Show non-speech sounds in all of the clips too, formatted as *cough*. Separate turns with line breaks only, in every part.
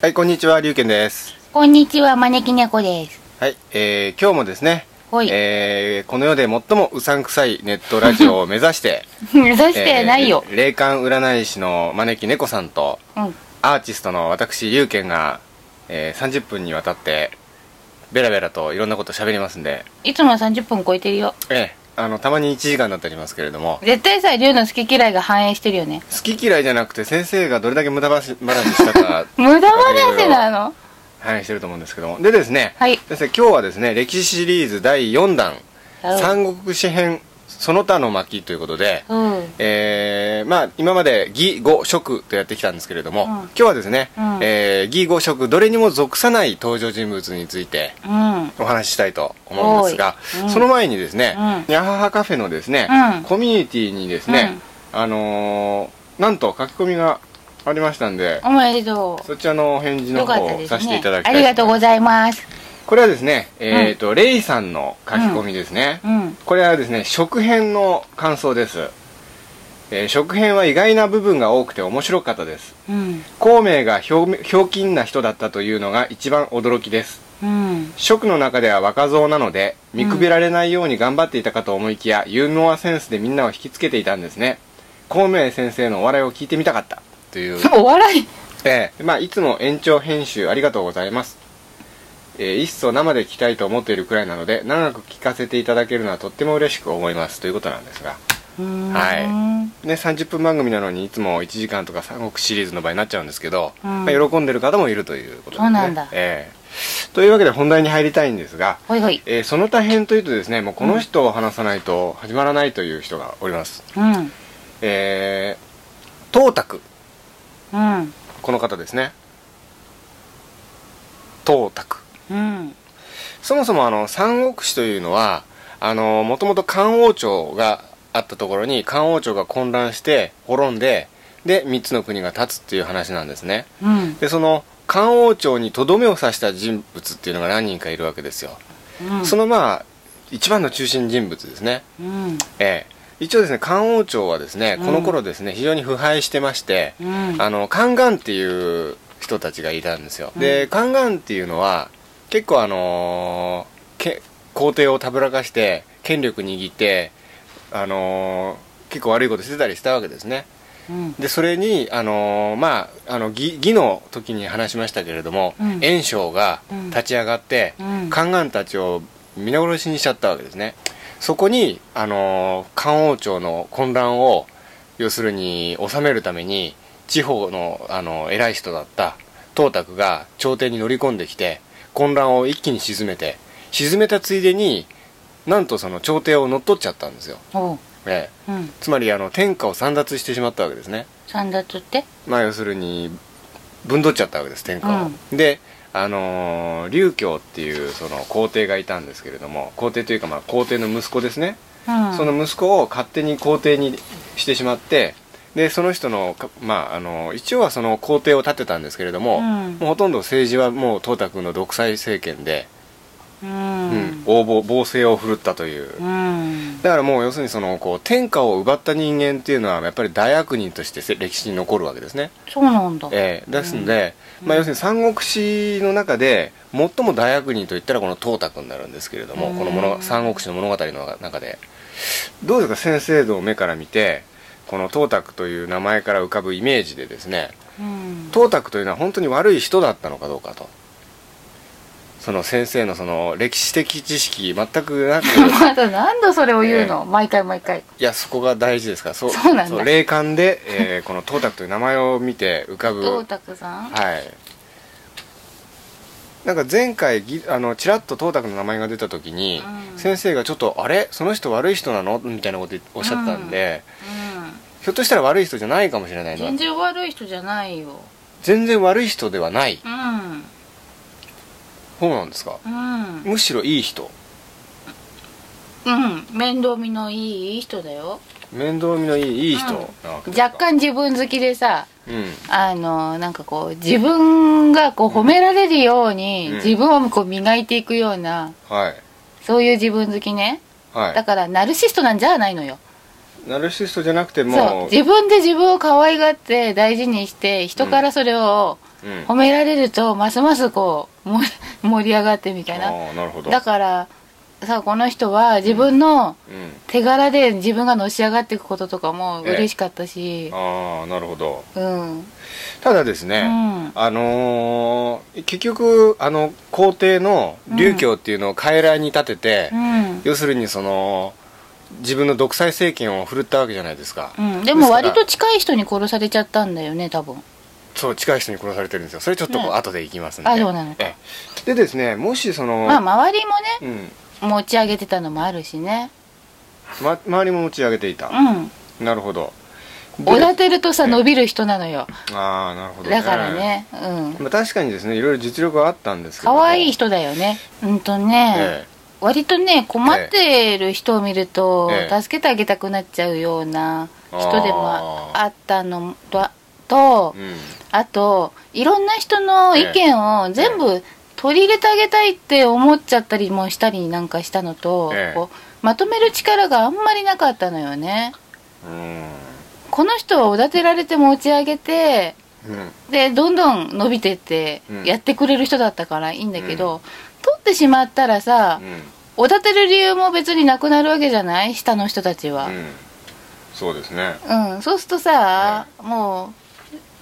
はい、こんにちは、りゅうけんです。
こんにちは、招き猫です。
はい、えー、今日もですね、
はい
えー、この世で最もうさんくさいネットラジオ
*laughs*
を目指して、
目指してないよ。
えー霊感占い師の招き猫さんと、
うん。
アーティストの私、りゅうけんが、えー、30分にわたって、ベラベラといろんなこと喋りますんで、
いつも30分超えてるよ。
えー、あの、たまに1時間になっておりますけれども、
絶対さ、竜の好き嫌いが反映してるよね。
好き嫌いじゃなくて先生がどれだけ無駄話したか
無駄話なの
話してると思うんですけどもでですね、
はい
先生今日はですね歴史シリーズ第4弾
はい
三国志編その他の巻ということで、
うん。
えーまあ今まで義語食とやってきたんですけれども、
うん
今日はですね、
うん
えー義語食どれにも属さない登場人物について
うん。
お話ししたいと思うんですが、
おいうん
その前にですね、
うん
にゃははカフェのですね、
うん
コミュニティにですね、あのーなんと書き込みがありましたんで、
おめでと
そちらのお返事
う。
の
よ
方
かった
を
です
させてい
ね
ただ。きた
あ
い
りがとうご
います
ざいます。
これはですね、えっ、と、レイさんの書き込みですね、
うん。
これはですね食編の感想です、えー食編は意外な部分が多くて面白かったです
うん。
孔明がひょうひょうきんな人だったというのが一番驚きです
うん。
食の中では若造なので見くびられないように頑張っていたかと思いきや、ユーモアセンスでみんなを引きつけていたんですね孔明先生のお笑いを聞いてみたかったという
お笑い。
ええまあ、いつも延長編集ありがとうございます、えー、いっそ生で聞きたいと思っているくらいなので長く聞かせていただけるのはとっても嬉しく思いますということなんですが、は
は
ね、30分番組なのにいつも1時間とか三国シリーズの場合になっちゃうんですけど、
うん
まあ、喜んでる方もいるということですね
そうなんだ
ええというわけで本題に入りたいんですが、
い。ほいほい。
えーその他編というとですねもうこの人を話さないと始まらないという人がおります、
うん。
えー、董卓
うん。
この方ですね董卓
うん。
そもそもあの三国志というのはあのもともと漢王朝があったところに漢王朝が混乱して滅んでで3つの国が立つっていう話なんですね
うん。
でその漢王朝にとどめを刺した人物っていうのが何人かいるわけですよ、
うん。
そのまあ一番の中心人物ですね
うん。
ええ一応ですね漢王朝はですね
うん
この頃ですね、非常に腐敗してまして、
うん。
あの宦官っていう人たちがいたんですよ、で宦官っていうのは結構あのーけ皇帝をたぶらかして権力握ってあのー結構悪いことしてたりしたわけですね
うん。
でそれにあのーまああの義義の時に話しましたけれども、
うん
袁紹が
うん
立ち上がって、
うん
宦官たちを皆殺しにしちゃったわけですねそこに、あのー漢王朝の混乱を要するに収めるために地方の、あのー偉い人だった董卓が朝廷に乗り込んできて混乱を一気に鎮めて鎮めたついでになんとその朝廷を乗っ取っちゃったんですよ、
おう。
ええ
うん。
つまりあの天下を散奪してしまったわけですね
三奪って
まあ要するに分取っちゃったわけです天下を、であのー劉教っていうその皇帝がいたんですけれども皇帝というかまあ皇帝の息子ですね、
うん。
その息子を勝手に皇帝にしてしまってでその人のかまああのー一応はその皇帝を立てたんですけれども、
うん
もうほとんど政治はもう董卓の独裁政権で、
う
うんん。横暴暴政を振るったという、
うん。
だからもう要するにそのこう天下を奪った人間っていうのはやっぱり大悪人としてせ歴史に残るわけですね
そうなんだ。
ええですので、まあ、要するに三国志の中で最も大悪人といったらこの董卓になるんですけれども、
うん
この物三国志の物語の中でどうですか先生の目から見てこの董卓という名前から浮かぶイメージでですね
うん。
董卓というのは本当に悪い人だったのかどうかとその先生のその歴史的知識全く
*laughs*
なく
まだ何度それを言うの、毎回毎回。
いやそこが大事ですからそう
そうなんだ
霊感で、えーこの董卓という名前を見て浮かぶ
どうたくさん、
はいなんか前回ぎあのちらっと董卓の名前が出た時に、
うん
先生がちょっと「あれその人悪い人なの?」みたいなことおっしゃったんで、
う。
ひょっとしたら悪い人じゃないかもしれなんいな
全然悪い人じゃないよ。
全然悪い人ではない
うん。
そうなんですか
うん。
むしろいい人
うん。面倒見のいい人だよ。
面倒見のいいいい人なわけですか
若干自分好きでさ、
うん
あの、なんかこう、自分がこう褒められるように、
うん
自分をこう磨いていくような、
はい
そういう自分好きね。
は
だから、ナルシストなんじゃないのよ。
いナルシストじゃなくて
そう
も
自分で自分を可愛がって大事にして人からそれを
うん
褒められるとますますこうも盛り上がってみたいな
ああなるほど
だからさこの人は自分の
うん
手柄で自分がのし上がっていくこととかも嬉しかったし、
ああなるほど
うん、うん、
ただですね、あのー結局あの皇帝の劉教っていうのを傀儡に立てて、
うん
要するにその自分の独裁政権を振るったわけじゃないですか、
うん、でも割と近い人に殺されちゃったんだよね多分
そう近い人に殺されてるんですよそれちょっとこう
ね
後でいきますんで、
あそうなの
ええでですねもしその、
まあ周りもね
うん
持ち上げてたのもあるしね
ま、周りも持ち上げていた、
うん
なるほどで
おだてるとさ
ね
伸びる人なのよ
ああなるほど、
だから、ねうん
まあ、確かにですねいろいろ実力はあったんですけど
可愛い
人、
人だよねうんとね、
え
割とね困ってる人を見ると、
ええ
助けてあげたくなっちゃうような人でも
あー
あったのとと
えうん、
あといろんな人の意見を全部取り入れてあげたいって思っちゃったりもしたりなんかしたのと、
ええ
こうまとめる力があんまりなかったのよねこの人はおだてられて持ち上げて
うんうん
でどんどん伸びてって
うん
やってくれる人だったからいいんだけど、取ってしまったらさ、
うん
おだてる理由も別になくなるわけじゃない下の人たちは
う、ん、そうですね
うんそうするとさ、も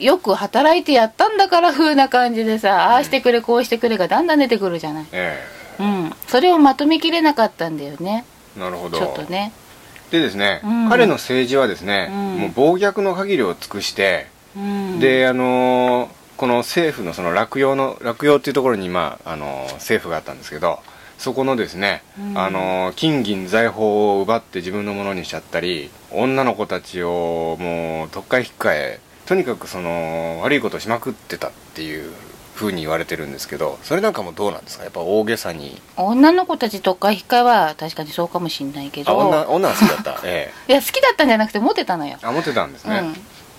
うよく働いてやったんだから風な感じでさああしてくれこうしてくれがだんだん出てくるじゃない、
え
うん、それをまとめきれなかったんだよね
えなるほど
ちょっとね
でですね、
うん
彼の政治はですね、
うん
もう暴虐の限りを尽くして、
うん
であのーこの政府のその落葉の落葉っていうところにまああのー政府があったんですけどそこのですね、
うん
あのー金銀財宝を奪って自分のものにしちゃったり女の子たちをもうとっかえ引っかえとにかくその悪いことをしまくってたっていうふうに言われてるんですけどそれなんかもどうなんですかやっぱ大げさに
女の子たちとか控えは確かにそうかもしんないけ
あ女
ど
女は好きだ *laughs* った、え
いや好きだったんじゃなくてモテたのよ、
え、あ持ってたんですね、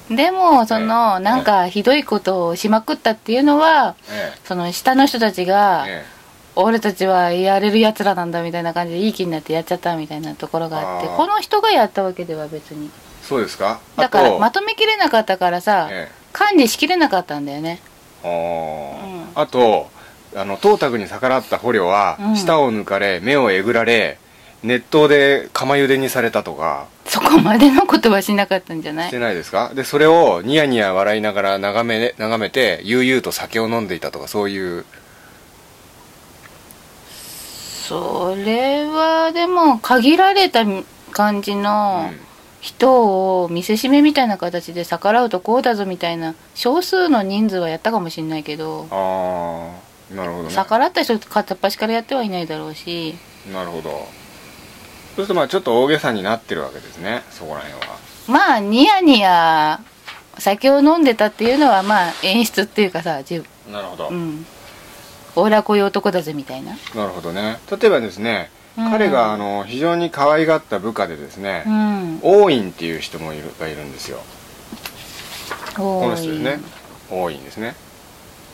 うん、でもその、
ええ
なんかひどいことをしまくったっていうのは
え
その下の人たちが、
ええ
俺たちはやれるやつらなんだみたいな感じでいい気になってやっちゃったみたいなところがあって
あー
この人がやったわけでは別に
えそうですか
だか
あ
ら
と
まとめきれなかったからさ、
ええ
管理しきれなかったんだよね
あー
うん
あとあの董卓に逆らった捕虜は、
うん
舌を抜かれ目をえぐられ熱湯で釜茹でにされたとか
そこまでのことはしなかったんじゃな
し
い
てないですかでそれをニヤニヤ笑いながら眺め眺めて悠々と酒を飲んでいたとかそういう
それはでも限られた感じの
うん
人を見せしめみたいな形で逆らうとこうだぞみたいな少数の人数はやったかもしれないけど
ああなるほどね
逆らった人片っ端からやってはいないだろうし
なるほどそうするとまあちょっと大げさになってるわけですねそこら辺は
まあニヤニヤ酒を飲んでたっていうのはまあ演出っていうかさ自
なるほど、
分うんオーラこういう男だぜみたいな
なるほどね例えばですね、
うん
彼があの非常に可愛がった部下でですね、
うん
王院っていう人もいるがいるんですよこ
こ
の人ですね王院ですね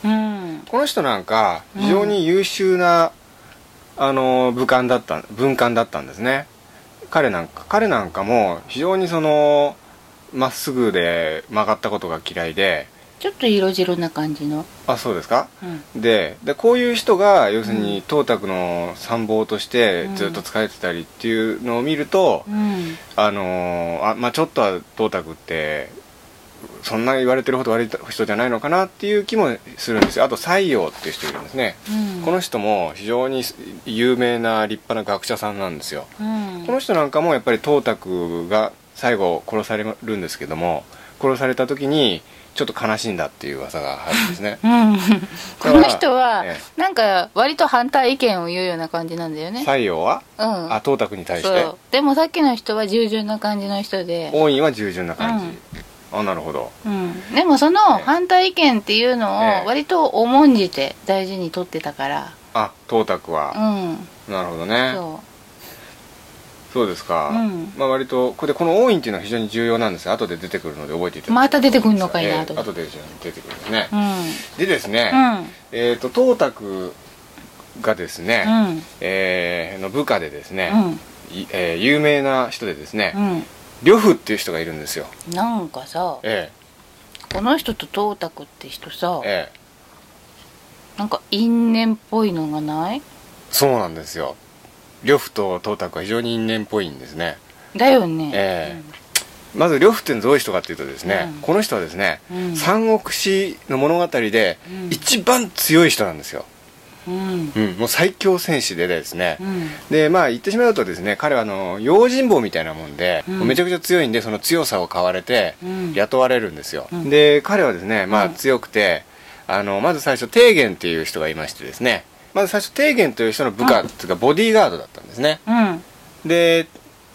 うん
この人なんか非常に優秀な、あの武官だった文官だったんですね彼なんか彼なんかも非常にそのまっすぐで曲がったことが嫌いで
ちょっと色白な感じの
あそうですか
うん
ででこういう人が要する
う
に董卓の参謀としてずっと使えてたりっていうのを見ると、
うん
あのーあまあちょっとは董卓ってそんな言われてるほど悪い人じゃないのかなっていう気もするんですよあと西洋っていう人いるんですね、
うん
この人も非常に有名な立派な学者さんなんですよ、
うん
この人なんかもやっぱり董卓が最後殺されるんですけども殺された時にちょっと悲しんだっていう噂があるんですね
うん、この人は
え
なんか割と反対意見を言うような感じなんだよ *laughs* ね
西洋は
うん
あ董卓に対し
そ
て
うでもさっきの人は従順な感じの人で
王院は従順な感じ、あなるほど
うん、でもその
ええ
反対意見っていうの
え
を
え
割と重んじて大事に取ってたから、
あ董卓
う
は、
ん、
なるほどね
そ
そうですか、
うん
まあ割とこれこの「王院」っていうのは非常に重要なんですよ後で出てくるので覚えていただきたい
また出てくるのかいな
ええ
後で
後で出てくるんですね
う、うん、
でですね、えっ、と董卓がですね、
うん、うん、
えーの部下でですね、
う
いえー有名な人でですね
ん、
呂布っていう人がいるんですよ
うん、なんかさ、
え
この人とトータクって人さ
ええ
なんか因縁っぽいのがない
そうなんですよ呂布と董卓は非常に因縁っぽいんですね
だよね、
えまず呂布ってどういう人かっていうとですね、
うん
この人はですね、
うん
三国志の物語で
うん
一番強い人なんですよ、
うん
うんもう最強戦士でですね、
うん
でまあ言ってしまうとですね彼はあの用心棒みたいなもんで、
うん
もうめちゃくちゃ強いんでその強さを買われて
うん
雇われるんですよ、
うん
で彼はですねま
う
あ
ん
強くて、あのまず最初提言っていう人がいましてですねまず最初提言という人の部下っていうかボディーガードだったんですね
うん
で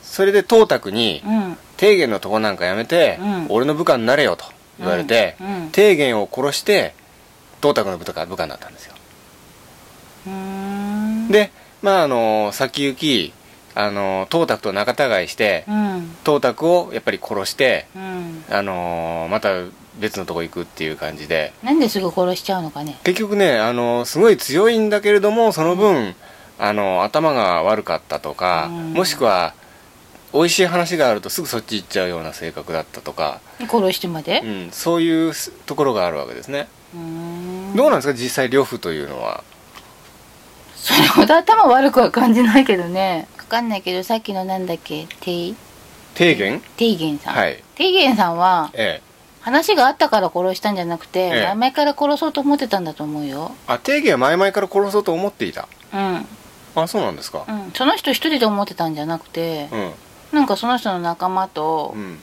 それで董卓に
うん
提言のとこなんかやめて、
うん
俺の部下になれよと言われて、
うんうん
提言を殺して董卓の部下部下になったんですよ
うーん
でまああの先行きあの董卓と仲違いして
うん
董卓をやっぱり殺して
うん
あのまた別のとこ行くっていう感じで
なんですぐ殺しちゃうのかね
結局ねあのすごい強いんだけれどもその分あの頭が悪かったとか、
うん
もしくは美味しい話があるとすぐそっち行っちゃうような性格だったとか、
殺してまで
うん、そういうところがあるわけですね、
うーん
どうなんですか実際呂布というのは
それほど頭悪くは感じないけどねわかんないけどさっきのなんだっけてい
提言
テイゲンさん、
はい
テイゲンさんは
ええ
話があったから殺したんじゃなくて、
ええ
前々から殺そうと思ってたんだと思うよ
あ提言は前々から殺そうと思っていた
うん、うん、
あそうなんですか
その人一人で思ってたんじゃなくて、
うん
なんかその人の仲間と
うん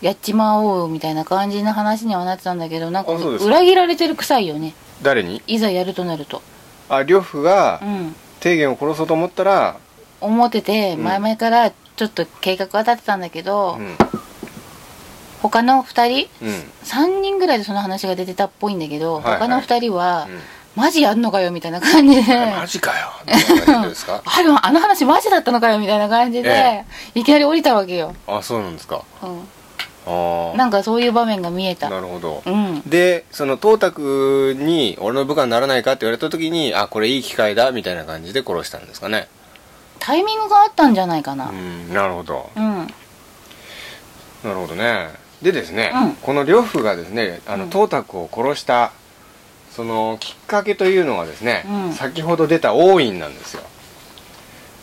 やっちまおうみたいな感じの話にはなってたんだけどなんか
あそうですか
裏切られてる臭いよね
誰に
いざやるとなると
あ呂布が
うん
提言を殺そうと思ったら、
思ってて
うん
前々からちょっと計画は立てたんだけど、
うん
他の2人
うん
3人ぐらいでその話が出てたっぽいんだけど、
はいはい
他の2人は、
うん
マジやんのかよみたいな感じ
*laughs*
で
マジかよみたいな感じで
*laughs*
すか
あれあの話マジだったのかよみたいな感じで、
え
いきなり降りたわけよ、
あそうなんですか
う
あ
ん、
あ
なんかそういう場面が見えた
なるほど、
うん
でその董卓に俺の部下にならないかって言われた時にあこれいい機会だみたいな感じで殺したんですかね
タイミングがあったんじゃないか
う
なん
なるほど
うん、うん
なるほどねでですね、
うん
この呂布がですねあ
う
の
ん
董卓を殺したそのきっかけというのがですね、
うん
先ほど出た王院なんですよ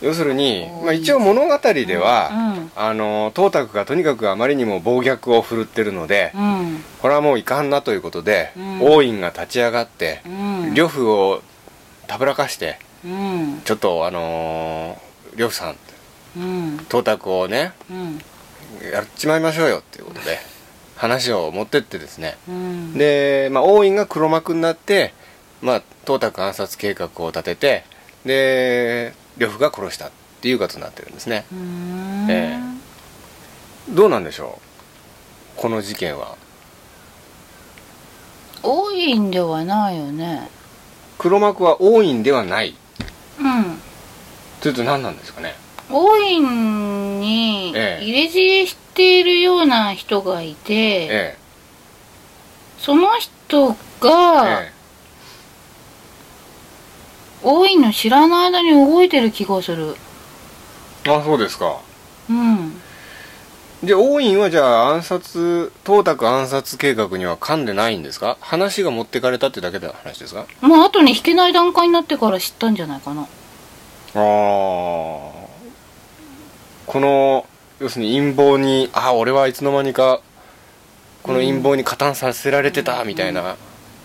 要するに、
王院
まあ、一応物語では、
うん
あの董卓がとにかくあまりにも暴虐を振るってるので、
うん
これはもういかんなということで、
うん
王院が立ち上がって
うん
呂布をたぶらかして
うん
ちょっとあのー呂布さん
うん
董卓をね
うん
やっちまいましょうよっていうことで話を持ってってですね
うん
で、まあ、王院が黒幕になって、まあ、董卓暗殺計画を立ててで呂布が殺したっていうことになってるんですね
うーん
えどうなんでしょうこの事件は
多いんではないよね
黒幕は王院ではない
うん
というと何なんですかね
多いんに
ええ
入れ知恵しているような人がいて、
え
その人
え
が、
ええ
多いの知らない間に動いてる気がする
あそうですか
うん
じゃあ王院はじゃあ暗殺董卓暗殺計画には噛んでないんですか話が持ってかれたってだけの話ですか
まあ後に引けない段階になってから知ったんじゃないかな
ああこの要するに陰謀にああ俺はいつの間にかこの陰謀に加担させられてたみたいな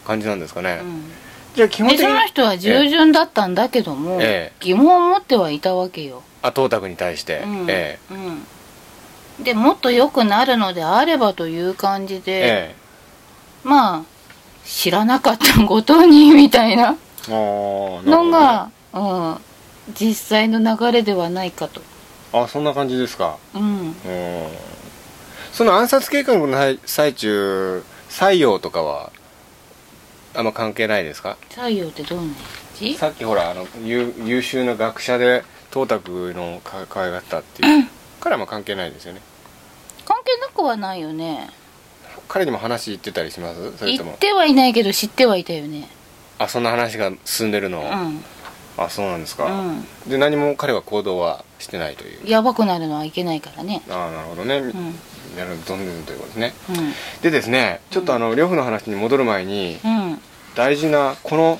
感じなんですかね、
うん
じゃあ基本
で
的
そ
に
の人は従順だったんだけども、
ええ
疑問を持ってはいたわけよ、
あ董卓に対して、
うん
え
うん、でもっと良くなるのであればという感じ
え
で、
ええ
まあ知らなかったことにみたいな
あーなるほど
の
ね
が、うん、実際の流れではないかと、
あそんな感じですか
うん、
うんその暗殺計画の最最中採用とかはあんま関係ないですか
採用ってどうなんじ
さっきほらあの優優秀な学者で董卓のか可愛がったっていう彼はまあ関係ないですよね
関係なくはないよね
彼にも話言ってたりしますそれと
言っ
も
てはいないけど知ってはいたよね
あそんな話が進んでるのを、
うん
あそうなんです
う
か、
ん
で何も彼は行動はしてないという
やばくなるのはいけないからね
ああなるほどね、
うん
なるほどどんどんということですね
うん
でですねちょっとあの両夫の話に戻る前に
うん
大事なこの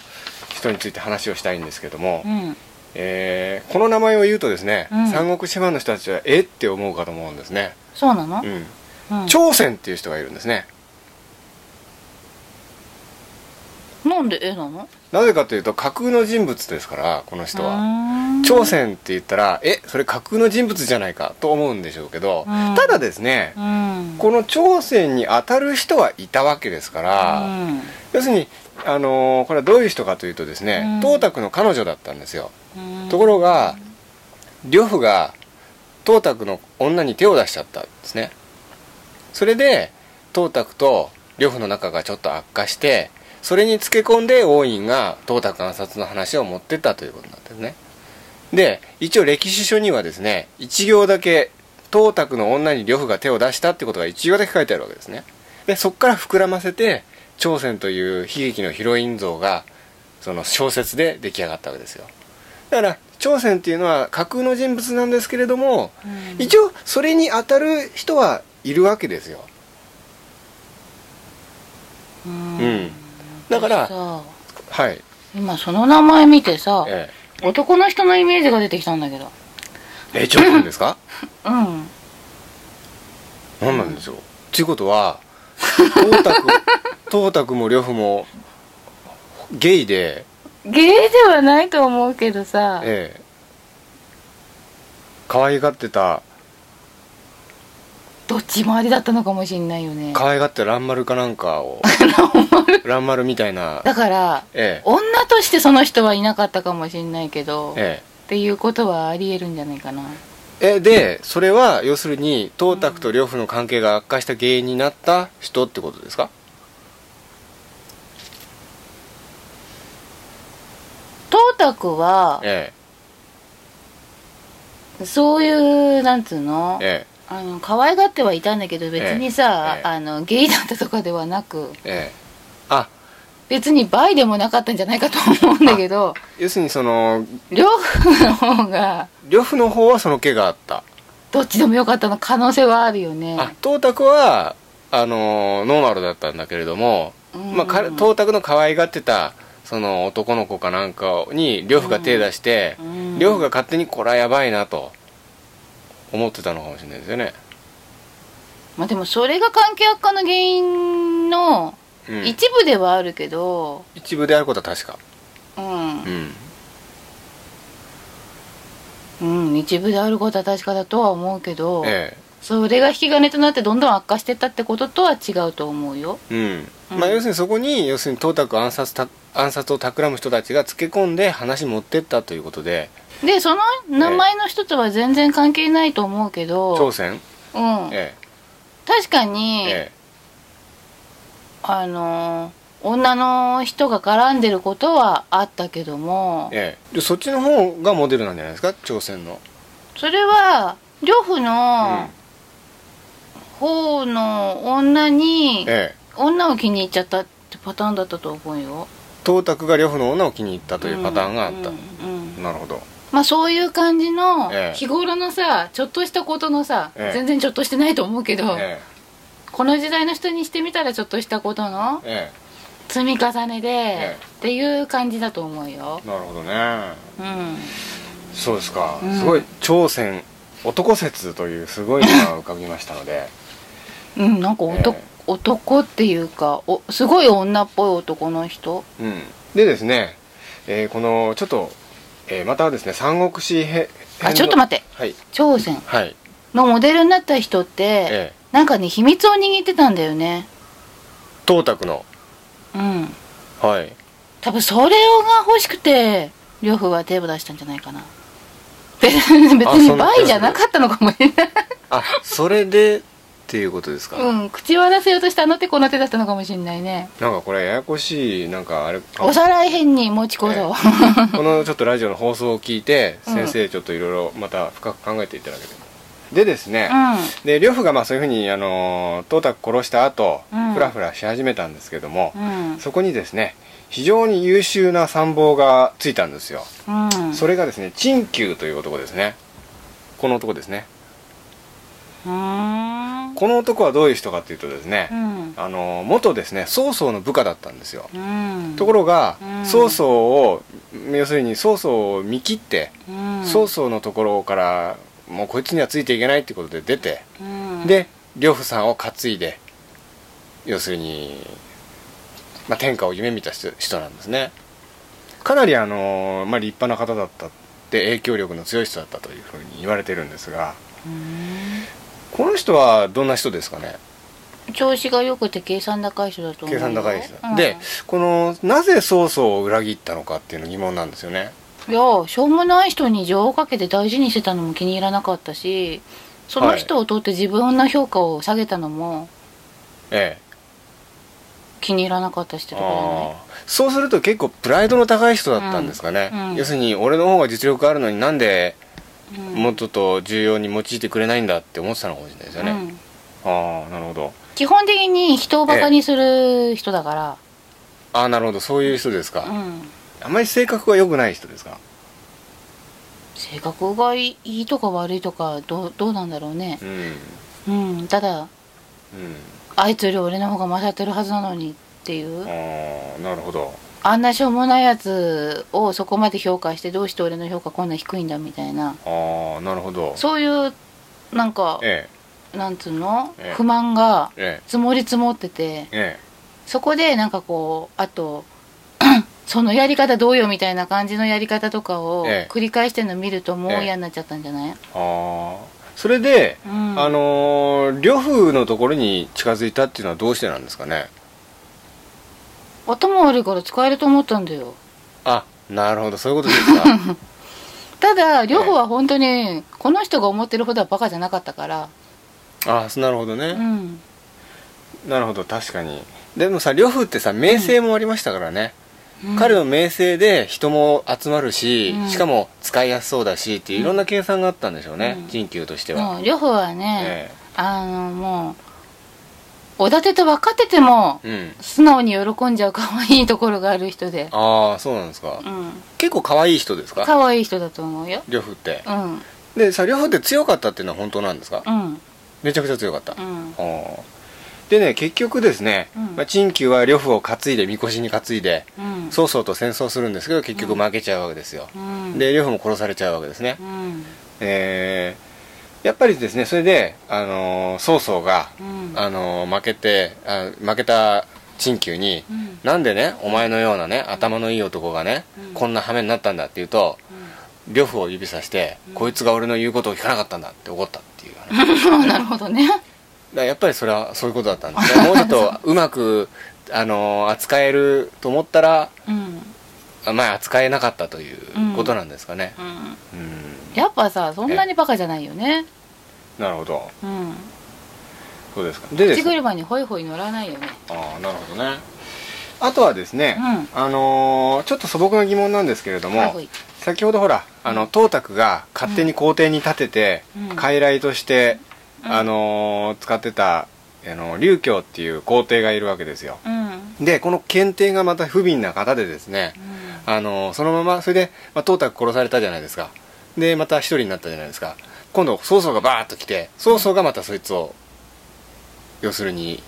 人について話をしたいんですけども、
うん
えーこの名前を言うとですね、
うん
三国志ファンの人たちはえって思うかと思うんですね、
そうなの
う、ん、
うん
朝鮮っていう人がいるんですね
なんで絵なの
なぜかというと架空の人物ですからこの人は、
は
朝鮮って言ったらえそれ架空の人物じゃないかと思うんでしょうけど、
うん
ただですね、
うん
この朝鮮に当たる人はいたわけですから、
うん
要するに、あのーこれはどういう人かというとですね
うん
董卓、の彼女だったんですよ
うん
ところが呂布が董卓の女に手を出しちゃったんですねそれで董卓と呂布の仲がちょっと悪化してそれにつけ込んで王院が董卓暗殺の話を持ってったということなんですねで一応歴史書にはですね一行だけ董卓の女に呂布が手を出したってことが一行だけ書いてあるわけですねでそこから膨らませて朝鮮という悲劇のヒロイン像がその小説で出来上がったわけですよだから朝鮮っていうのは架空の人物なんですけれども
うん
一応それに当たる人はいるわけですよ
う
うん
ん
だから
さ
はい
今その名前見てさ
え
男の人のイメージが出てきたんだけど
ええちょっといいんですか
うん
何なんでしょうっていうことは董卓董卓も呂布もゲイで
ゲイではないと思うけどさ
ええ可愛がってた
どっち回りだったのかもしんないよね
可愛がってた蘭丸かなんかを *laughs* 蘭丸みたいな
だから
ええ
女としてその人はいなかったかもしんないけどっ
ええ
ていうことはありえるんじゃないかな
えでそれは要するに董卓と呂布の関係が悪化した原因になった人ってことですか
トータクは
え
そういうなんつうの
ええ
あの可愛がってはいたんだけど別にさ
え、え
あのゲイだったとかではなく
えええあ
別にバイでもなかったんじゃないかと思うんだけど
要するにその
両夫の方が
呂布の方はその毛があった、
どっちでもよかったの可能性はあるよね
あ董卓はあのーノーマルだったんだけれども、
うん
まあ、か董卓の可愛がってたその男の子かなんかに呂布が手出して、
うん
呂布が勝手にこれはやばいなと思ってたのかもしれないですよね、
まあでもそれが関係悪化の原因の
うん、
一部ではあるけど
一部であることは確か
うん
う、ん
うん、一部であることは確かだとは思うけど、
ええ
それが引き金となってどんどん悪化してったってこととは違うと思うよ
うん
うん
まあ、要するにそこに要するに董卓暗殺た暗殺を企む人たちがつけ込んで話持ってったということで
でその名前の人とは全然関係ないと思うけ
朝
ど、
鮮、
うん、
え
確か
え
に、
え
あの女の人が絡んでることはあったけども
えええでそっちの方がモデルなんじゃないですか朝鮮の、
それは呂布
うん
の方の女に、
ええ
女を気に入っちゃったってパターンだったと思うよ
董卓が呂布の女を気に入ったというパターンがあった、
うんうんうん
なるほど
まあそういう感じの
ええ
日頃のさちょっとしたことのさ、
ええ
全然ちょっとしてないと思うけど、
え
この時代の人にしてみたらちょっとしたことの
ええ
積み重ねで、
え
っていう感じだと思うよ
えなるほどね
うん
そうですか、
うん
すごい朝鮮男説というすごいのが浮かびましたの
*laughs*
で
うん、なんか男,、
ええ
男っていうかおすごい女っぽい男の人
うんでですね、えーこのちょっと、えーまたですね三国志編
あちょっと待って
はい
朝鮮
はい
のモデルになった人って、
ええ
なんかね秘密を握ってたんだよね
董卓の
うん
はい
多分それをが欲しくて呂布は手を出したんじゃないかな別に別
あそんな気がする
に倍じゃなかったのかもしれない
あそれでっていうことですか、
うん口を出せようとしたあの手この手だったのかもしれないね
なんかこれややこしいなんかあれ
おさらい編に持ちこそ、
このちょっとラジオの放送を聞いて
うん
先生ちょっといろいろまた深く考えていただければでですね、で両夫がまあそういうふうにあの董卓殺した後、
うん
フラフラし始めたんですけども
う、んうん
そこにですね非常に優秀な参謀がついたんですよ、
うん
それがですね陳久という男ですねこの男ですね
うーん
この男はどういう人かというとですね、
うん
あの元ですね曹操の部下だったんですよ、
うん
ところが、
うん
曹操を要するに曹操を見切って、
うん
曹操のところからもうこいつにはついていけないってことで出て、
うん
で呂布さんを担いで要するに、まあ、天下を夢見た人人なんですねかなりあの、まあ、立派な方だったって影響力の強い人だったというふうに言われてるんですが
うん
この人はどんな人ですかね
調子が良くて計算高い人だと思う
計
よ
算高い人だ、
うん
でこのなぜ曹操を裏切ったのかっていうの疑問なんですよね
いやしょうもない人に情をかけて大事にしてたのも気に入らなかったしその人を通って自分の評価を下げたのも
ええ
気に入らなかったしってとこじゃない
あーそうすると結構プライドの高い人だったんですかね、
うんうん
要するに俺の方が実力あるのになんで
うん
もっとと重要に用いてくれないんだって思ってたのかもしれないですよね、
うん
ああなるほど
基本的に人をバカにする人だから、
ああなるほどそういう人ですか、
うん、
あまり性格が良くない人ですか
性格がいいいいとか悪いとかどうどうなんだろうね
うんうん
うんただあいつより俺の方が勝ってるはずなのにっていう
ああなるほど
あんなしょうもないやつをそこまで評価してどうして俺の評価こんな低いんだみたいな
ああなるほど
そういうなんか
え
なんつうの、
ええ
不満が
え
積もり積もってて
ええ
そこでなんかこうあと *clears throat* そのやり方どうよみたいな感じのやり方とかを
ええ
繰り返してるの見るともう
ええ
嫌になっちゃったんじゃない、
えああそれで、
うん、
あのー呂布のところに近づいたっていうのはどうしてなんですかね
頭悪いから使えると思ったんだよ
あなるほどそういうことですか
ただ両方は本当にこの人が思ってるほどはバカじゃなかったから
ああなるほど
う
ね、
ん
なるほど確かにでもさ呂布ってさ名声もありましたからね、
うん
彼の名声で人も集まるし、
うん
しかも使いやすそうだしっていういろんな計算があったんでしょうね、
うん
人給としては、
もう両方はね、
え
あのもうおだてと分かってても
えうん
素直に喜んじゃう可愛いところがある人で
ああそうなんですか、
うん
結構可愛い人ですか
可愛い人だと思うよ
呂布って
うん
でさ呂布って強かったっていうのは本当なんですか、
うん
めちゃくちゃ強かった、
う
あ
ん
あでね結局ですね、
うん
まあ、陳久は呂布を担いでみこしに担いで
うん
曹操と戦争するんですけど結局負けちゃうわけですよ、
うん
で呂布も殺されちゃうわけですね、
うん
えーやっぱりですねそれで、あのー曹操が
うん
あの負けてあ負けた陳久に、
うん
なんでねお前のようなね頭のいい男がね、
うん
こんな羽目になったんだって言うと呂布を指さして、こいつが俺の言うことを聞かなかったんだって怒ったっていう *laughs* 話だか
うんなるほどね
らやっぱりそれはそういうことだったんですねもうちょっとうまくあの扱えると思ったら
うん
あまあ扱えなかったということなんですかね
うん
うん、
やっぱさそんなにバカじゃないよね
なるほど
うん
そうですかでです
口
ね
車にホイホイ乗らないよね
ああなるほどねあとはですね、あのーちょっと素朴な疑問なんですけれども、
ホイホイ
先ほどほらあの董卓が勝手に皇帝に立てて、
うん
傀儡として、
うん
あのー使ってたあの劉教っていう皇帝がいるわけですよ
うんうん
でこの検定がまた不憫な方でですね、あのーそのままそれで、まあ、董卓殺されたじゃないですかでまた一人になったじゃないですか今度曹操がバーッと来て曹操がまたそいつを要するに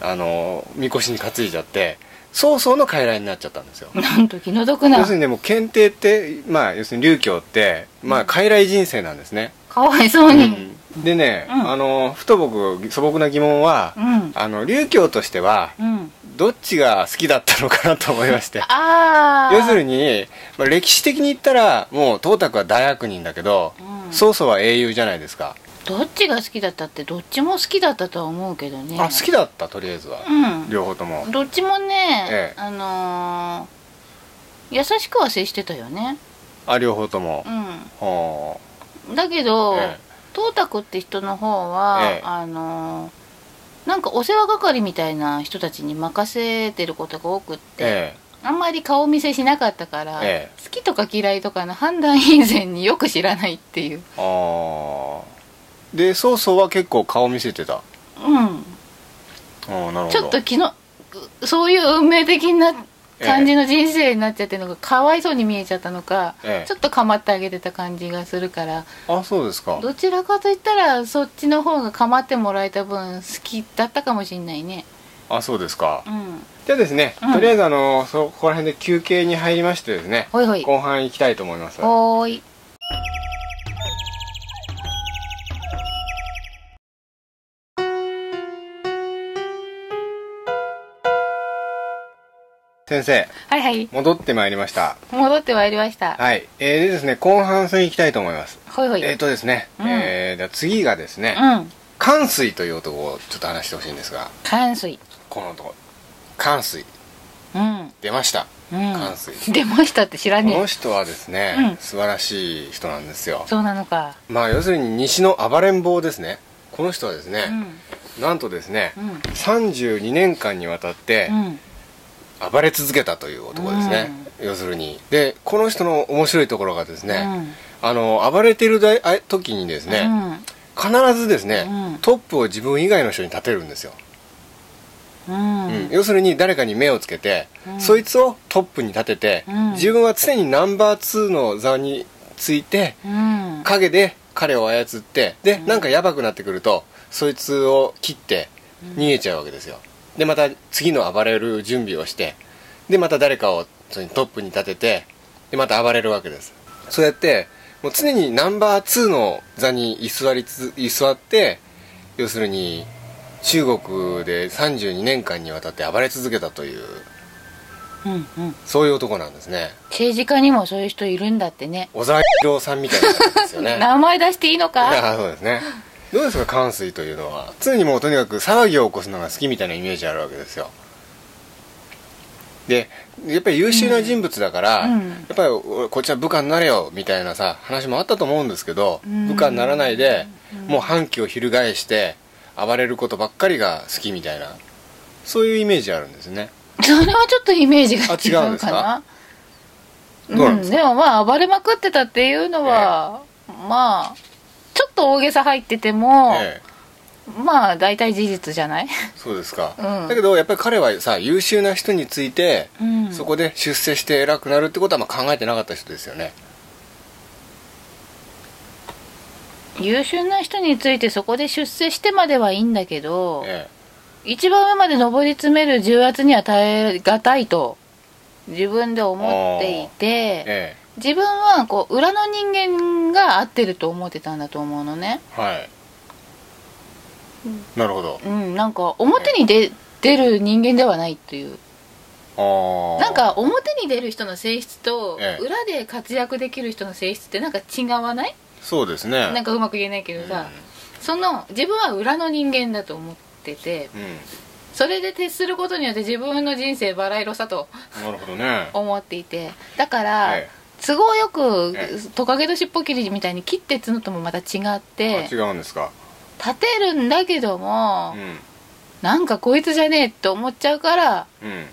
あのーみこしに担いじゃって曹操の傀儡になっちゃったんです
*laughs*
よ
なんと気の毒な
要するにでも検定ってまあ要するに流教ってまあ傀儡人生なんですね、
かわいそうに
でね、
うん
あのふと僕素朴な疑問は、
うん
あの流教としては
うん
どっちが好きだったのかなと思いまして
ああ
要するに、まあ、歴史的に言ったらもう董卓は大悪人だけど、
うん
曹操は英雄じゃないですか、
どっちが好きだったってどっちも好きだったとは思うけどね
あ好きだったとりあえずは、
う
両方とも
んどっちもね、
ええ
あのー優しくは接してたよね
あ両方とも、ほ
うんだけど
ええ
董卓、って人の方は、
ええ
あのーなんかお世話係みたいな人たちに任せてることが多くって、
え
あんまり顔見せしなかったから、
え
好きとか嫌いとかの判断以前によく知らないっていう
えああで曹操は結構顔見せてた
うん
ああなるほど
ちょっと昨日そういう運命的な感じの人生になっちゃってるのがかわいそうに見えちゃったのか、
ええ
ちょっと構ってあげてた感じがするから
あそうですか
どちらかといったらそっちの方が構ってもらえた分好きだったかもしんないね
あそうですか
うん
じゃあですね、
うん
とりあえずあのそこら辺で休憩に入りましてですね
ほいほい
後半行きたいと思います
ほーい
先生
はいはい
戻ってまいりました
戻ってまいりました
はいえー、でですね後半戦行きたいと思います
ほいほい
えっ、ー、とですね、
うん
えー、では次がですね
うん
関水という男をちょっと話してほしいんですが
関水
この男関水
うん
出ました、
うん
関水
出ましたって知ら
こ
ね
の人はですね、
うん
素晴らしい人なんですよ
えそうなのか
まあ要するに西の暴れん坊ですねこの人はです
う
ね、
ん
なんとですね、
うん
32年間にわたって
うん
暴れ続けたという男ですね、要するにでこの人の面白いところがですね、あの暴れてるだいあ時にです
うん
ね、必ずですね、
うん
トップを自分以外の人に立てるんですよ、
うんう
うんん要するに誰かに目をつけて、
うん
そいつをトップに立てて、
うん
自分は常にナンバー2の座について
うん
影で彼を操ってで、
ん
なんかやばくなってくるとそいつを切って逃げちゃうわけですよでまた次の暴れる準備をしてでまた誰かをそれにトップに立ててでまた暴れるわけですそうやってもう常にナンバー2の座に居座りつ居座って要するに中国で32年間にわたって暴れ続けたという
うんうん
そういう男なんですね
政治家にもそういう人いるんだってね
小沢一郎さんみたいな感じですよ
*laughs*
ね
名前出していいの
い
か
やそうですねどうですか関水というのは常にもうとにかく騒ぎを起こすのが好きみたいなイメージあるわけですよでやっぱり優秀な人物だから、
うんうん
やっぱりおこっちは部下になれよみたいなさ話もあったと思うんですけど、
うん
部下にならないで、もう反旗を翻して暴れることばっかりが好きみたいなそういうイメージあるんですね
それはちょっとイメージが
あ違
違
うん
う
です
か
か
な
どうなんですか
でもまあ暴れまくってたっていうのは、まあちょっと大げさ入ってても、
ええ
まあ大体事実じゃない、
そうですか、
うん
だけどやっぱり彼はさ優秀な人について、
うん、
そこで出世して偉くなるってことはまあ考えてなかった人ですよね
優秀な人についてそこで出世してまではいいんだけど、
ええ
一番上まで上り詰める重圧には耐えがたいと自分で思っていて、
え
自分はこう裏の人間が合ってると思ってたんだと思うのね
えはい、なるほど
うんなんか表に出出る人間ではないという
ああ
なんか表に出る人の性質と
ええ
裏で活躍できる人の性質ってなんか違わない
そうですね
なんかうまく言えないけどさ、その自分は裏の人間だと思ってて
うん、うん
それで徹することによって自分の人生バラ色さと
なるほどね
思っていてだから、
え
都合よく
え
トカゲと尻尾切りみたいに切ってつのともまた違っ
え
て
あ違うんですか
立てるんだけど
う
も、
ん
なんかこいつじゃねえって思っちゃうから
うん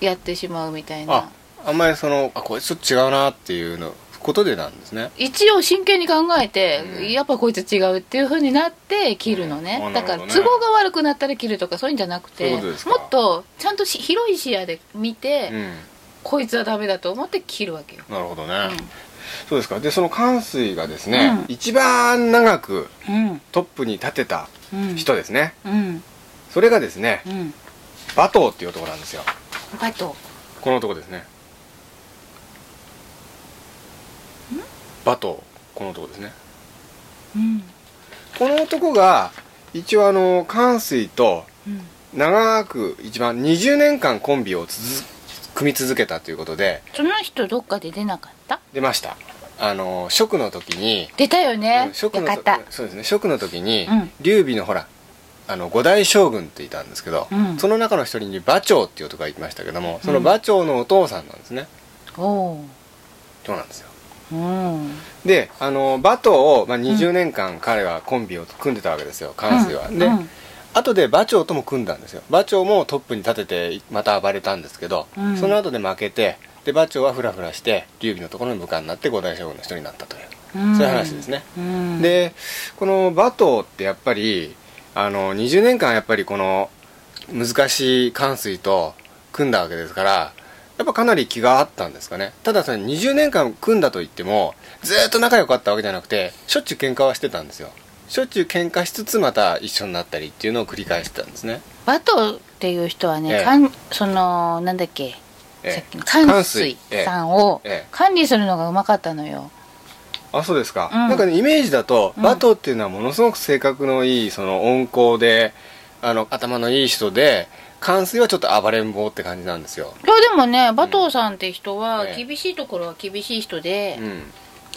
やってしまうみたい
あ
な
あんまりそのあこいつちょっと違うなっていうのことでなんですね
一応真剣に考えて、
うん
やっぱこいつ違うっていう風になって切るのね,、
うんあ
だか
なるほ
ら
ど
都
ね
合が悪くなったら切るとかそういうんじゃなく
そうい
て
うことですか
もっとちゃんとし広い視野で見て、
うん
こいつはダメだと思って切るわけよ、
なるほどね、
ん
そうですかでその関水がですね、
うん
一番長く
うん
トップに立てた
うん
人ですね、
うん
それがですね
うん
馬頭っていう男なんですよ
バト
この男ですね馬頭この男ですね
うん
この男が一応あの関水と
うん
長く一番20年間コンビをつづ組み続けたということで
その人どっかで出なかった
出ましたあの職の時に
出たよね、
職
よ
の
かった
時そうですね職の時に
うん
劉備のほらあの五大将軍っていたんですけど、
うん
その中の一人に馬長っていう男がいましたけどもその
うん
馬長のお父さんなんですね、
おう
そうなんですよ
うん
であの馬頭を、まあ、20年間彼はコンビを組んでたわけですよ関水は、
うん
で、
うん
後で馬長とも組んだんですよ馬長もトップに立ててまた暴れたんですけど、
うん
その後で負けてで馬長はフラフラして劉備のところの部下になって五大将軍の人になったという
うん
そういう話ですね、
うん
でこのバトってやっぱりあの20年間やっぱりこの難しい関水と組んだわけですからやっぱかなり気があったんですかねただその20年間組んだといってもずーっと仲良かったわけじゃなくてしょっちゅう喧嘩はしてたんですよしょっちゅう喧嘩しつつまた一緒になったりっていうのを繰り返してたんですね
バトっていう人はね、
ええ
かんそのなんだっけ、
ええ
さっきの関水
ええ
さんを
ええ
管理するのがうまかったのよ、
あそうですか、
うん
なんかねイメージだと、
うん
バトっていうのはものすごく性格のいいその温厚であの頭のいい人で関水はちょっと暴れん坊って感じなんですよ、
いやでもねバトさんって人は
ええ
厳しいところは厳しい人で、
うん、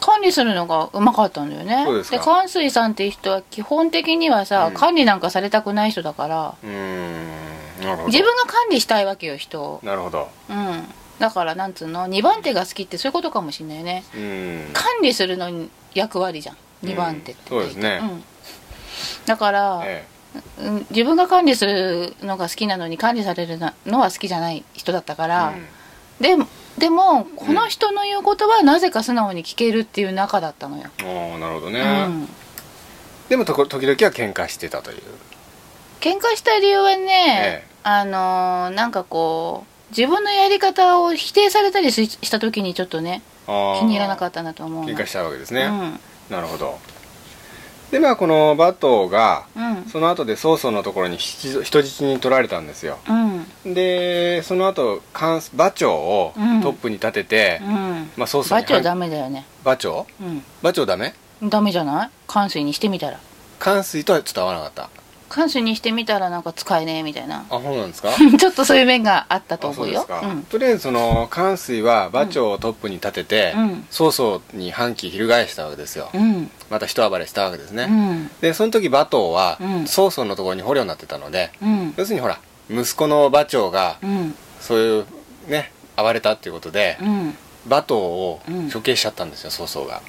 管理するのがうまかったんだよね
そうですか
関水さんって人は基本的にはさ、
うん
管理なんかされたくない人だから
うーんなるほど
自分が管理したいわけよ人を
なるほど
うんだからなんつうの2番手が好きってそういうことかもしんないね
うん
管理するのに役割じゃん2番手って、
うんそうですね
んだから、
え
うん自分が管理するのが好きなのに管理されるのは好きじゃない人だったか
え
ら、
うん
ででもこの人の言うことはなぜか素直に聞けるっていう仲だったのよ、
おーなるほど
う
ね、
ん、
でもとこ時々は喧嘩してたという
喧嘩した理由は
え
ね、
え
あのーなんかこう自分のやり方を否定されたりしした時にちょっとね
気
気に入らなか
っ
ったなと思うの
喧嘩したわけです
う
ね、
ん
なるほどでまあこのバトが
うん
その後で曹操のところに人人質に取られたんですよ
うん
でその後関馬長を
うん
トップに立てて、
うん
まあ曹操に
バチョ
反
ダメだよね
馬長
う
馬長ダメ
んダメじゃない関水にしてみたら
関水とはちょっと合わなかった
関水にしてみたらなんか使えねえみたいな
あそうなんですか
*laughs* ちょっとそういう面があったと
あ
思
そううです
よ
か、
うん
とりあえずその関水は馬長をトップに立てて、
うん
曹操に反旗翻したわけですよ、
うん
また一暴れしたわけですね、
うん
でその時馬頭は
うん
曹操のところに捕虜になってたので、
うん
要するにほら息子の馬長が
うん
そういうね暴れたっていうことで、
う
馬頭を
うん
処刑しちゃったんですよ曹操が、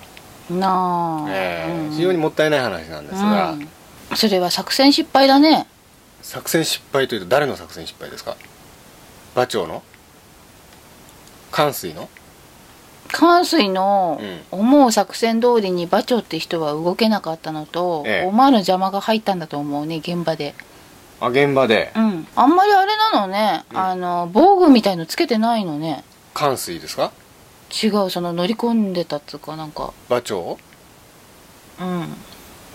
んなあ、
ええ
うん
非常にもったいない話なんですが、
うんそれは作戦失敗だね
作戦失敗というと誰の作戦失敗ですか馬長の関水の
関水の
うん
思う作戦通りに馬長って人は動けなかったのと、
ええ
お前の邪魔が入ったんだと思うね現場で
あ現場で
うんあんまりあれなのね、
うん
あの防具みたいのつけてないのね
関水ですか
違うその乗り込んでたっつうかなんか
馬長
うん
あ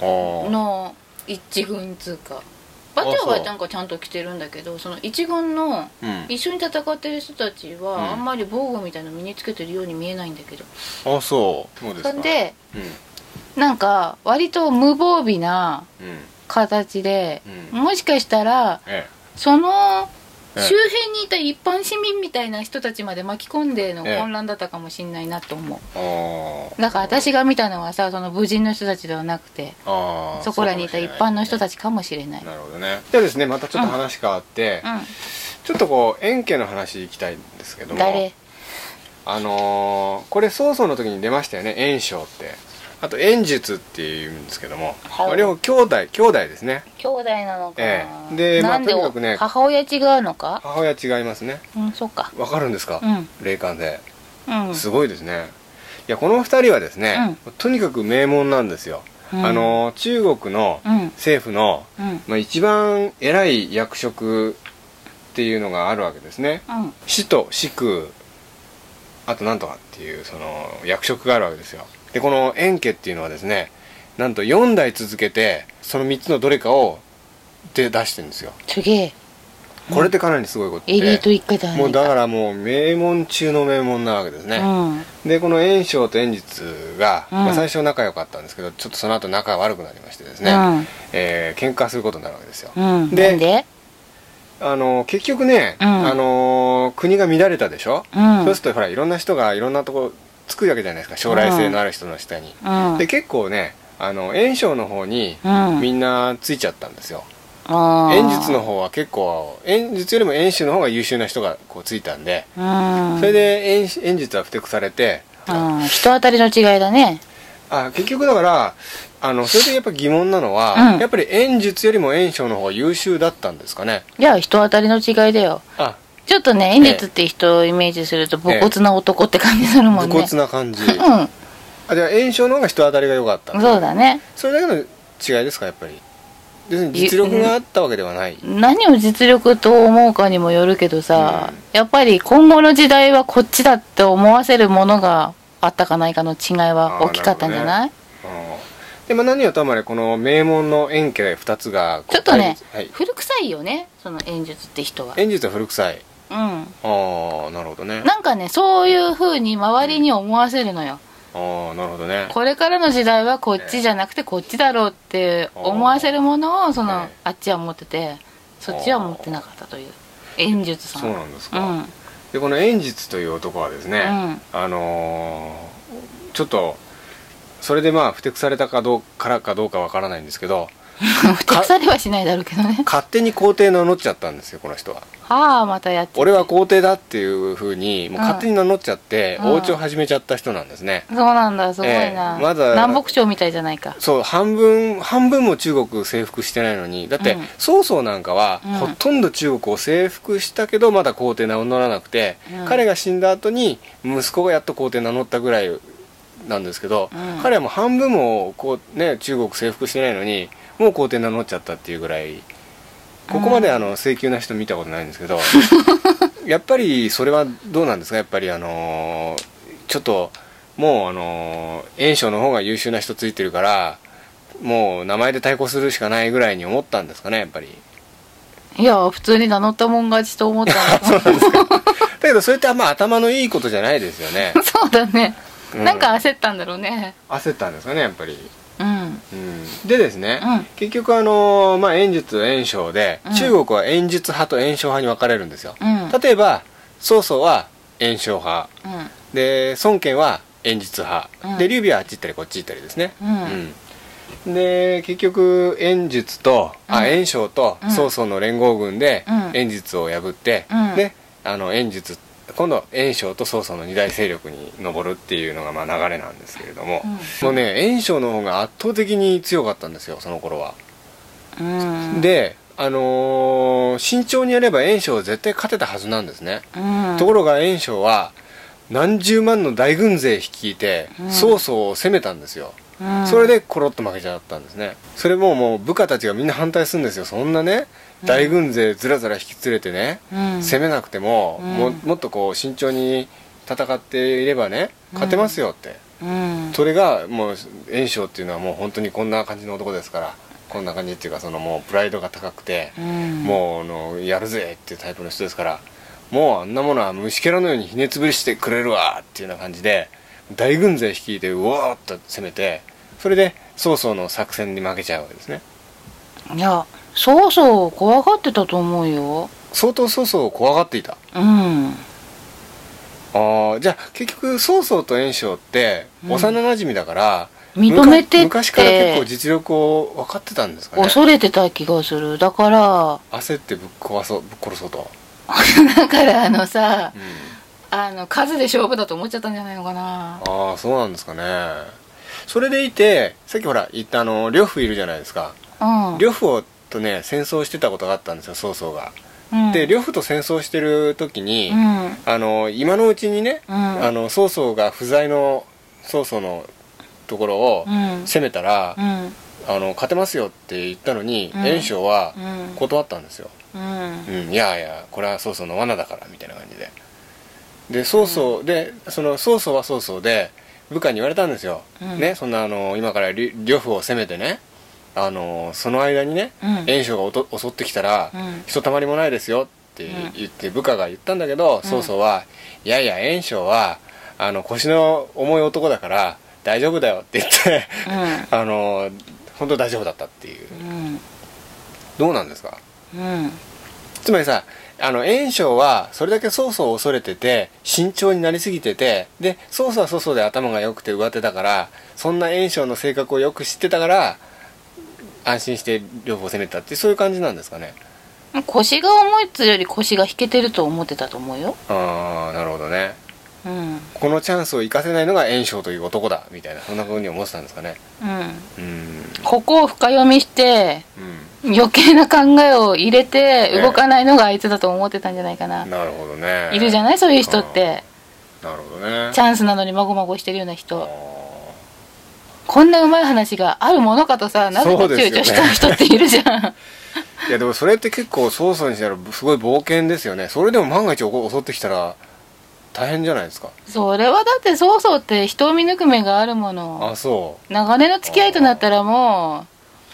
ー
の一軍つうか馬長
あ
は
そう
なんかちゃんと着てるんだけどその一軍の
うん
一緒に戦ってる人たちは、
うん
あんまり防具みたいの身につけてるように見えないんだけど
あそうそうですか
そんで
うん
なんか割と無防備な
うん
形で、
うん
もしかしたら
え
その
ええ
周辺にいた一般市民みたいな人たちまで巻き込んでの
ええ
混乱だったかもしんないなと思う、
えああ
だから私が見たのはさその武人の人たちではなくて
あー
そこらにいた一般の人
ち、
たちかもしれない
なるほどねではですねまたちょっと話変わって、
う
ちょっとこう円家の話いきたいんですけど
ん
も
誰
あのーこれ曹操の時に出ましたよね円章ってあと円術っていうんですけども、
はい
まあ両方兄弟兄弟ですね
兄弟なのかな、
ええでまあ
なんで
とにかくね
母親違うのか
母親違いますね
うんそうか
わかるんですか、
うん
霊感で
うん
すごいですね、いやこの二人はですね、とにかく名門なんですよ、
うん
あのー中国の
うん
政府の、
うん
まあ、一番偉い役職っていうのがあるわけですね
うん
市と市区あとなんとかっていうその役職があるわけですよでこの円家っていうのはですねなんと4代続けてその3つのどれかをで出してるんですよ
すげえ
これってかなりすごいことで、
エリート一家だね
もうだからもう名門中の名門なわけですね、
うん
でこの円章と円実が、
うん
まあ、最初仲良かったんですけどちょっとその後仲悪くなりましてですね、
うん
えー喧嘩することになるわけですよ、
うん
で
なんで
あの結局ね、
うん
あの国が乱れたでしょ、
うん
そうするとほらいろんな人がいろんなとこつくわけじゃないですか将来性のある人の下に、
うん
で結構ねあの炎章の方に
うん
みんなついちゃったんですよ、
あー
演術の方は結構演術よりも演習の方が優秀な人がこうついたんで、
うん
それで演演術は不適されて
うん人当たりの違いだね
あ結局だからあのそれでやっぱ疑問なのは、
うん
やっぱり演術よりも炎章の方が優秀だったんですかね
いや人当たりの違いだよ
あ
ちょっとね演術って人をイメージすると
ええ
武骨な男って感じするも
武
んね
骨な感じ、
うん
あじゃあ炎症の方が人当たりが良かった
そうだね
それだけの違いですかやっぱり別に実力があったわけではない
何を実力と思うかにもよるけどさ、
うん
やっぱり今後の時代はこっちだって思わせるものがあったかないかの違いは大きかったんじゃない
あーでも何はともあれこの名門の円家2つがこう
ちょっとね、
対立
古臭いよねその演術って人は
はい、演術は古臭い
うん
ああなるほどね
なんかねそういう風に周りに思わせるのよ、
ああなるほどね
これからの時代はこっちじゃなくてこっちだろうって思わせるものをその、
ええ
あっちは持っててそっちは持ってなかったという演術さん
そう
は
なんです
う
か、でこの円実という男はですね、あのーちょっとそれでまあふてくされたかどうからかどうかわからないんですけど
ん *laughs* ふてくされはしないだろうけどね
勝手に皇帝名乗っちゃったんですよこの人は
はあまたやっちゃった
俺は皇帝だっていうふうにもう勝手に名乗っちゃって、
うん
お家を始めちゃった人なんですね、
そうなんだすごいな、
ええまだ
南北朝みたいじゃないか
そう半分半分も中国征服してないのにだって、
うん
曹操なんかは、
うん
ほとんど中国を征服したけどまだ皇帝名乗らなくて、
うん
彼が死んだ後に息子がやっと皇帝名乗ったぐらいなんですけど、
うん
彼はもう半分もこう、ね、中国征服してないのにもう皇帝名乗っちゃったっていうぐらいここまであの請求な人見たことないんです
*laughs*
けど、やっぱりそれはどうなんですかやっぱりあのーちょっともうあのー炎症の方が優秀な人ついてるからもう名前で対抗するしかないぐらいに思ったんですかねやっぱり
いや普通に名乗ったもん勝ちと思ったんだ
だけどそれってあんま頭のいいことじゃないですよ
*laughs*
ね
そうだね、
うん
なんか焦ったんだろうね
焦ったんですかねやっぱり
うん
うんでですね、
うん
結局あのーまあ演術炎症で、
うん
中国は演術派と炎症派に分かれるんですよ、
うん
例えば曹操は炎症派で孫権は演術派、
うん
で劉備はあっち行ったりこっち行ったりですね、
うん
うんで結局演術と、
うん
あ袁紹と
うん
曹操の連合軍で
うん
演術を破って、
うん
であの演術今度袁紹と曹操の二大勢力に上るっていうのがまあ流れなんですけれども、
うん
もうね袁紹の方が圧倒的に強かったんですよその頃は。
うんうん
であのー慎重にやれば袁紹は絶対勝てたはずなんですね。
うん
ところが袁紹は何十万の大軍勢率いて
うん
曹操を攻めたんですよ、
うん
それでコロッと負けちゃったんですねそれももう部下たちがみんな反対するんですよそんなね大軍勢ずらずら引き連れてね、
うん
攻めなくても,
うん
も、もっとこう慎重に戦っていればね勝てますよって、
うん
それがもう袁紹っていうのはもう本当にこんな感じの男ですからこんな感じっていうかそのもうプライドが高くて、
うん
もうあのやるぜっていうタイプの人ですからもうあんなものは虫けらのようにひねつぶりしてくれるわっていうような感じで大軍勢率いてうおーっと攻めてそれで曹操の作戦に負けちゃうわけですね
いやそうそう怖がってたと思うよ
相当曹操を怖がっていた
うん
あーじゃあ結局曹操と袁紹って幼馴染だから、
認めてって
昔から結構実力を分かってたんですかね
恐れてた気がするだから *laughs*
焦ってぶっ壊そうぶっ殺そうと、
だからあのさ
うん
あの数で勝負だと思っちゃったんじゃないのかな
ああそうなんですかねそれでいてさっきほら言ったあの呂布いるじゃないですか
うん
呂布をとね戦争してたことがあったんですよ曹操が、
うん
で呂布と戦争してる時に、
うん
あの今のうちにね、
うん
あの曹操が不在の曹操のところを
うん
攻めたら、
うん
あの勝てますよって言ったのに
うん
袁紹、は
うん
断ったんですよ、
うん
うん、いやいやこれは曹操の罠だからみたいな感じでで曹操、でその曹操は曹操で部下に言われたんですよ、
うん
ねそんなあの今からり呂布を攻めてねあのその間にね
うん
袁紹、がおと襲ってきたら、
うん
ひとたまりもないですよって
うん
言って部下が言ったんだけど、曹操は「いやいや袁紹はあの腰の重い男だから大丈夫だよ」って言って、 *laughs* あの本当大丈夫だったっていう
うん
どうなんですか
うん
つまりさあの袁紹はそれだけ曹操を恐れてて慎重になりすぎててで曹操は曹操で頭が良くて上手だからそんな袁紹の性格をよく知ってたから安心して両方攻めたってそういう感じなんですかね
うん腰が重いっつうより腰が引けてると思ってたと思うよ
ああなるほどね
うんうん
このチャンスを生かせないのが袁紹という男だみたいなそんな風に思ってたんですかねうーん
ここを深読みして
う
余計な考えを入れて
ええ
動かないのがあいつだと思ってたんじゃないかな、
んなるほどね
いるじゃ
ない
ないそういう人って
なるほどね
チャンスなのにまごまごしてるような
あ
人
ー
こんなうまい話があるものかとさなぜか
そうです
躊
よね
躇しちゃう人っているじゃん
いやでもそれって結構捜査にしたらすごい冒険ですよねそれでも万が一お襲ってきたら大変じゃないですか
*laughs* それはだってそうそうって人を見抜く目があるもの
あそ
長年の付き合いとなったらもう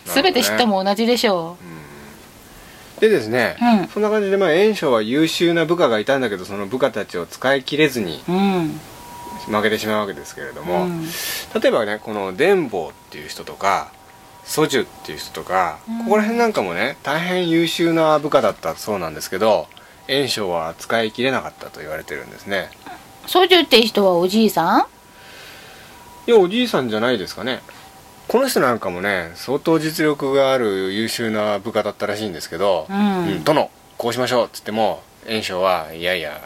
なるほどね
全て知ったも同じでしょ
う、うん、でですね、
うん
そんな感じでまあ袁紹は優秀な部下がいたんだけどその部下たちを使い切れずに
ううん
負けてしまうわけですけれど
う
も、
ん
例えばねこの伝坊っていう人とかソジュっていう人とか、
うん
ここら辺なんかもね大変優秀な部下だったそうなんですけど袁紹は使い切れなかったと言われてるんですね
ソジュって人はおじいさん
いやおじいさんじゃないですかねこの人なんかもね相当実力がある優秀な部下だったらしいんですけど「
うん
殿こうしましょう」っつっても袁紹はいやいや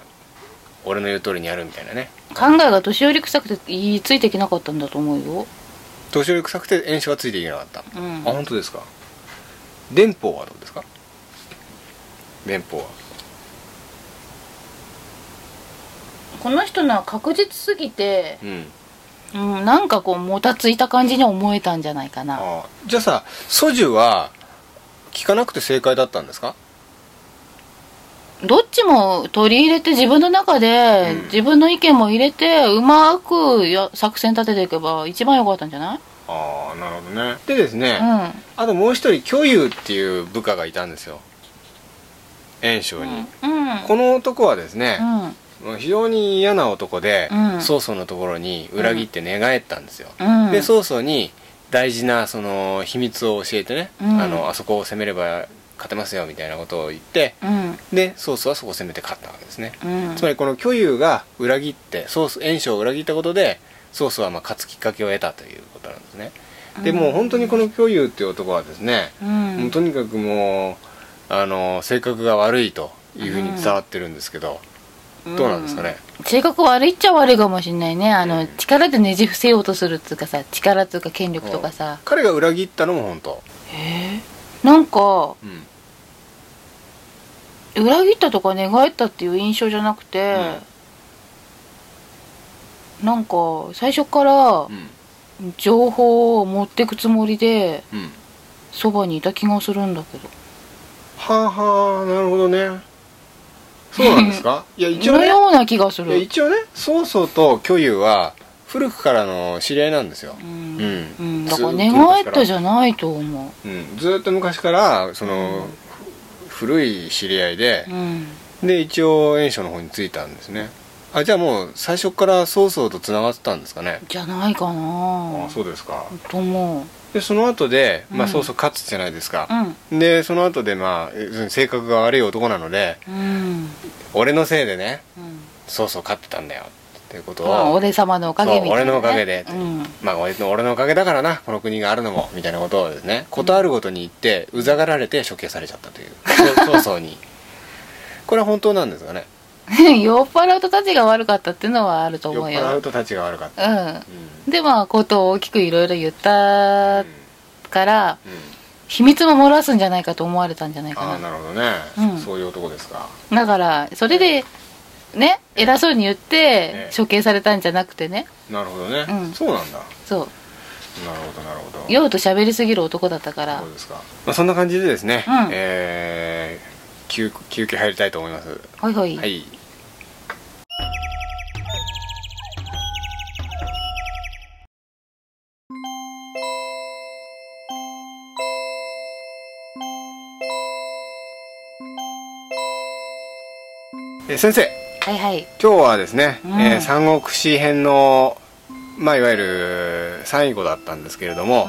俺の言う通りにやるみたいなね
考えが年寄り臭くていいついてきなかったんだと思うよ、
年寄り臭くて袁紹はついていけなかった、
うん
あ、本当ですか電報はどうですか電報は
この人のは確実すぎて、
うん
うん、なんかこうもたついた感じに思えたんじゃないかな
あじゃあさソジュは聞かなくて正解だったんですか
どっちも取り入れて自分の中で、
うん
自分の意見も入れてうまくや作戦立てていけば一番良かったんじゃない、
ああなるほどねでですね、
うん
あともう一人巨友っていう部下がいたんですよ袁紹に、
うん
この男はですね、
うん
非常に嫌な男で、
うん
曹操のところに裏切って寝返ったんですよ、
うん
で曹操に大事なその秘密を教えてね、
うん
あのあそこを攻めれば勝てますよみたいなことを言って
うん
で曹操はそこを攻めて勝ったわけですね、
うん
つまりこの巨友が裏切って曹操袁紹を裏切ったことで曹操はまあ勝つきっかけを得たということなんですねでもう本当にこの巨友っていう男はですね、
うん
もうとにかくもうあの性格が悪いというふうに伝わってるんですけど、どうなんですかね、
性格悪いっちゃ悪いかもしれないねあの、
うん
力でねじ伏せようとするっつうかさ力っつうか権力とかさ、
彼が裏切ったのも本当、
なんか
うん
裏切ったとか寝返ったっていう印象じゃなくて、なんか最初から
うん
情報を持ってくつもりで
うん
そばにいた気がするんだけど
はあはあなるほどねそうなんですかいや一応
の
ね
ような気がす
いや
る
一応ね曹操と巨友は古くからの知り合いなんですよ
う、
うんん
うんだから寝返ったじ
ゃ
ゃないと思
ん、うん、ずーっと昔からその、
うん
古い知り合いで
う、うん
で一応袁紹の方に着いたんですねあじゃあもう最初から曹操とつながってたんですかね、
じゃないかな
うですか
と思う
でその後で、まあ、
うん
曹操勝つじゃないですか
う、ん
でその後でまあ要するに性格が悪い男なので
うん
俺のせいでね
うん
曹操勝ってたんだよっていうことを、
まあ俺様のおかげみたいな、ね、
そう俺のおかげで
うん *laughs*
まあ、俺の俺のおかげだからなこの国があるのもみたいなことをですねことあるごとに言ってうざがられて処刑されちゃったというそう曹操に *laughs* これは本当なんですかね
酔っ払うとたちが悪かったっていうのはあると
酔っ
思う
払う
よ
とたちが悪かった、
う
うん
んでまあことを大きくいろいろ言っ
うん
たから秘密も漏らすんじゃないかと思われたんじゃない
あ
か
あな
な
るほどね、
うん
そういう男ですか
だからそれでね偉そうに言っ
え
て処刑されたんじゃなくてね
なるほどね、
うん
そうなんだなる
そう
ほどなるほど
酔うと喋りすぎる男だったから
そうですか、まあ、そんな感じでですね、
うん
えー休休憩入りたいと思います
ほいほい、
はいえー先生
はいはい
今日はですね、
うん
えー三国志編の、まあ、いわゆる最後だったんですけれども、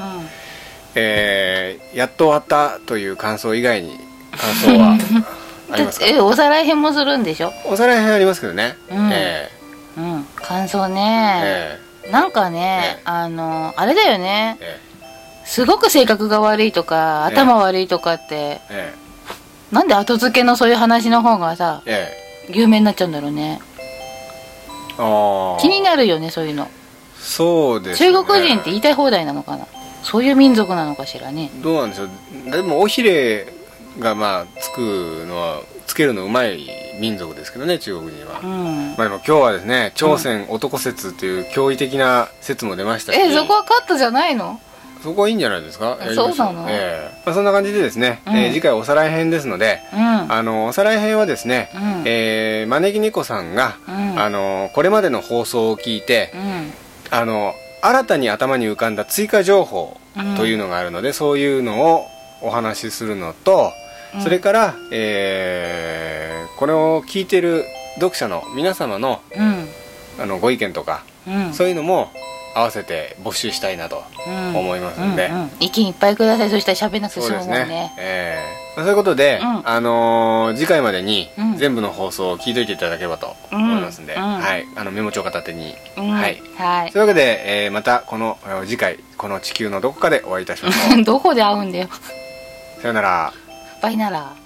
えーやっと終わったという感想以外に感想
*laughs*
はあり
うん
ますか
えおさらい編もするんでしょ
おさらい編ありますけどね、
うん
え
うん感想
ー
ね、
え
なんかね
え、え
あのあれだよね
ーえ
すごく性格が悪いとか
ええ
頭悪いとかって、
ーえ
なんで後付けのそういう話の方がさ
ーえ
有名になっちゃうんだろうね
ーあー
気になるよねそういうの
そうです、ね、
中国人って言いたい放題なのかなそういう民族なのかしらね
どうなんでしょうでも尾ひれがまあつくのはつけるのうまい民族ですけどね中国人は、
うん
まあでも今日はですね朝鮮男説という驚異的な説も出ましたし、
えそこはカットじゃないの
そこはいいんじゃないですか
あ
やりましょ
そうなの
ええまあ、そんな感じでですね、
うん
えー次回おさらい編ですので、
うん
あのおさらい編はですね、
うん
えー招き猫さんが、
うん
あのこれまでの放送を聞いて、
うん
あの新たに頭に浮かんだ追加情報というのがあるので、そういうのをお話しするのと、
うん
それから、えーこれを聞いてる読者の皆様の
うん
あのご意見とか、
うん
そういうのも合わせて募集したいなと
うん
思いますんで、
うんうん意見いっぱいくださいそしたら喋んなくて
そう
済む
で
も
す
ん
ね
ね
えーまあそういうことで、
うん
あのー次回までに
うん
全部の放送を聞いといていただければと思いますんで、
うんうん
はい、あのメモ帳片手に、
うん
はい
は
というわけで、えーまたこのえー次回こ
*laughs*
の地球のどこかでお会いいたしましょう
いどこで会うんだよ
さよなら
バイなら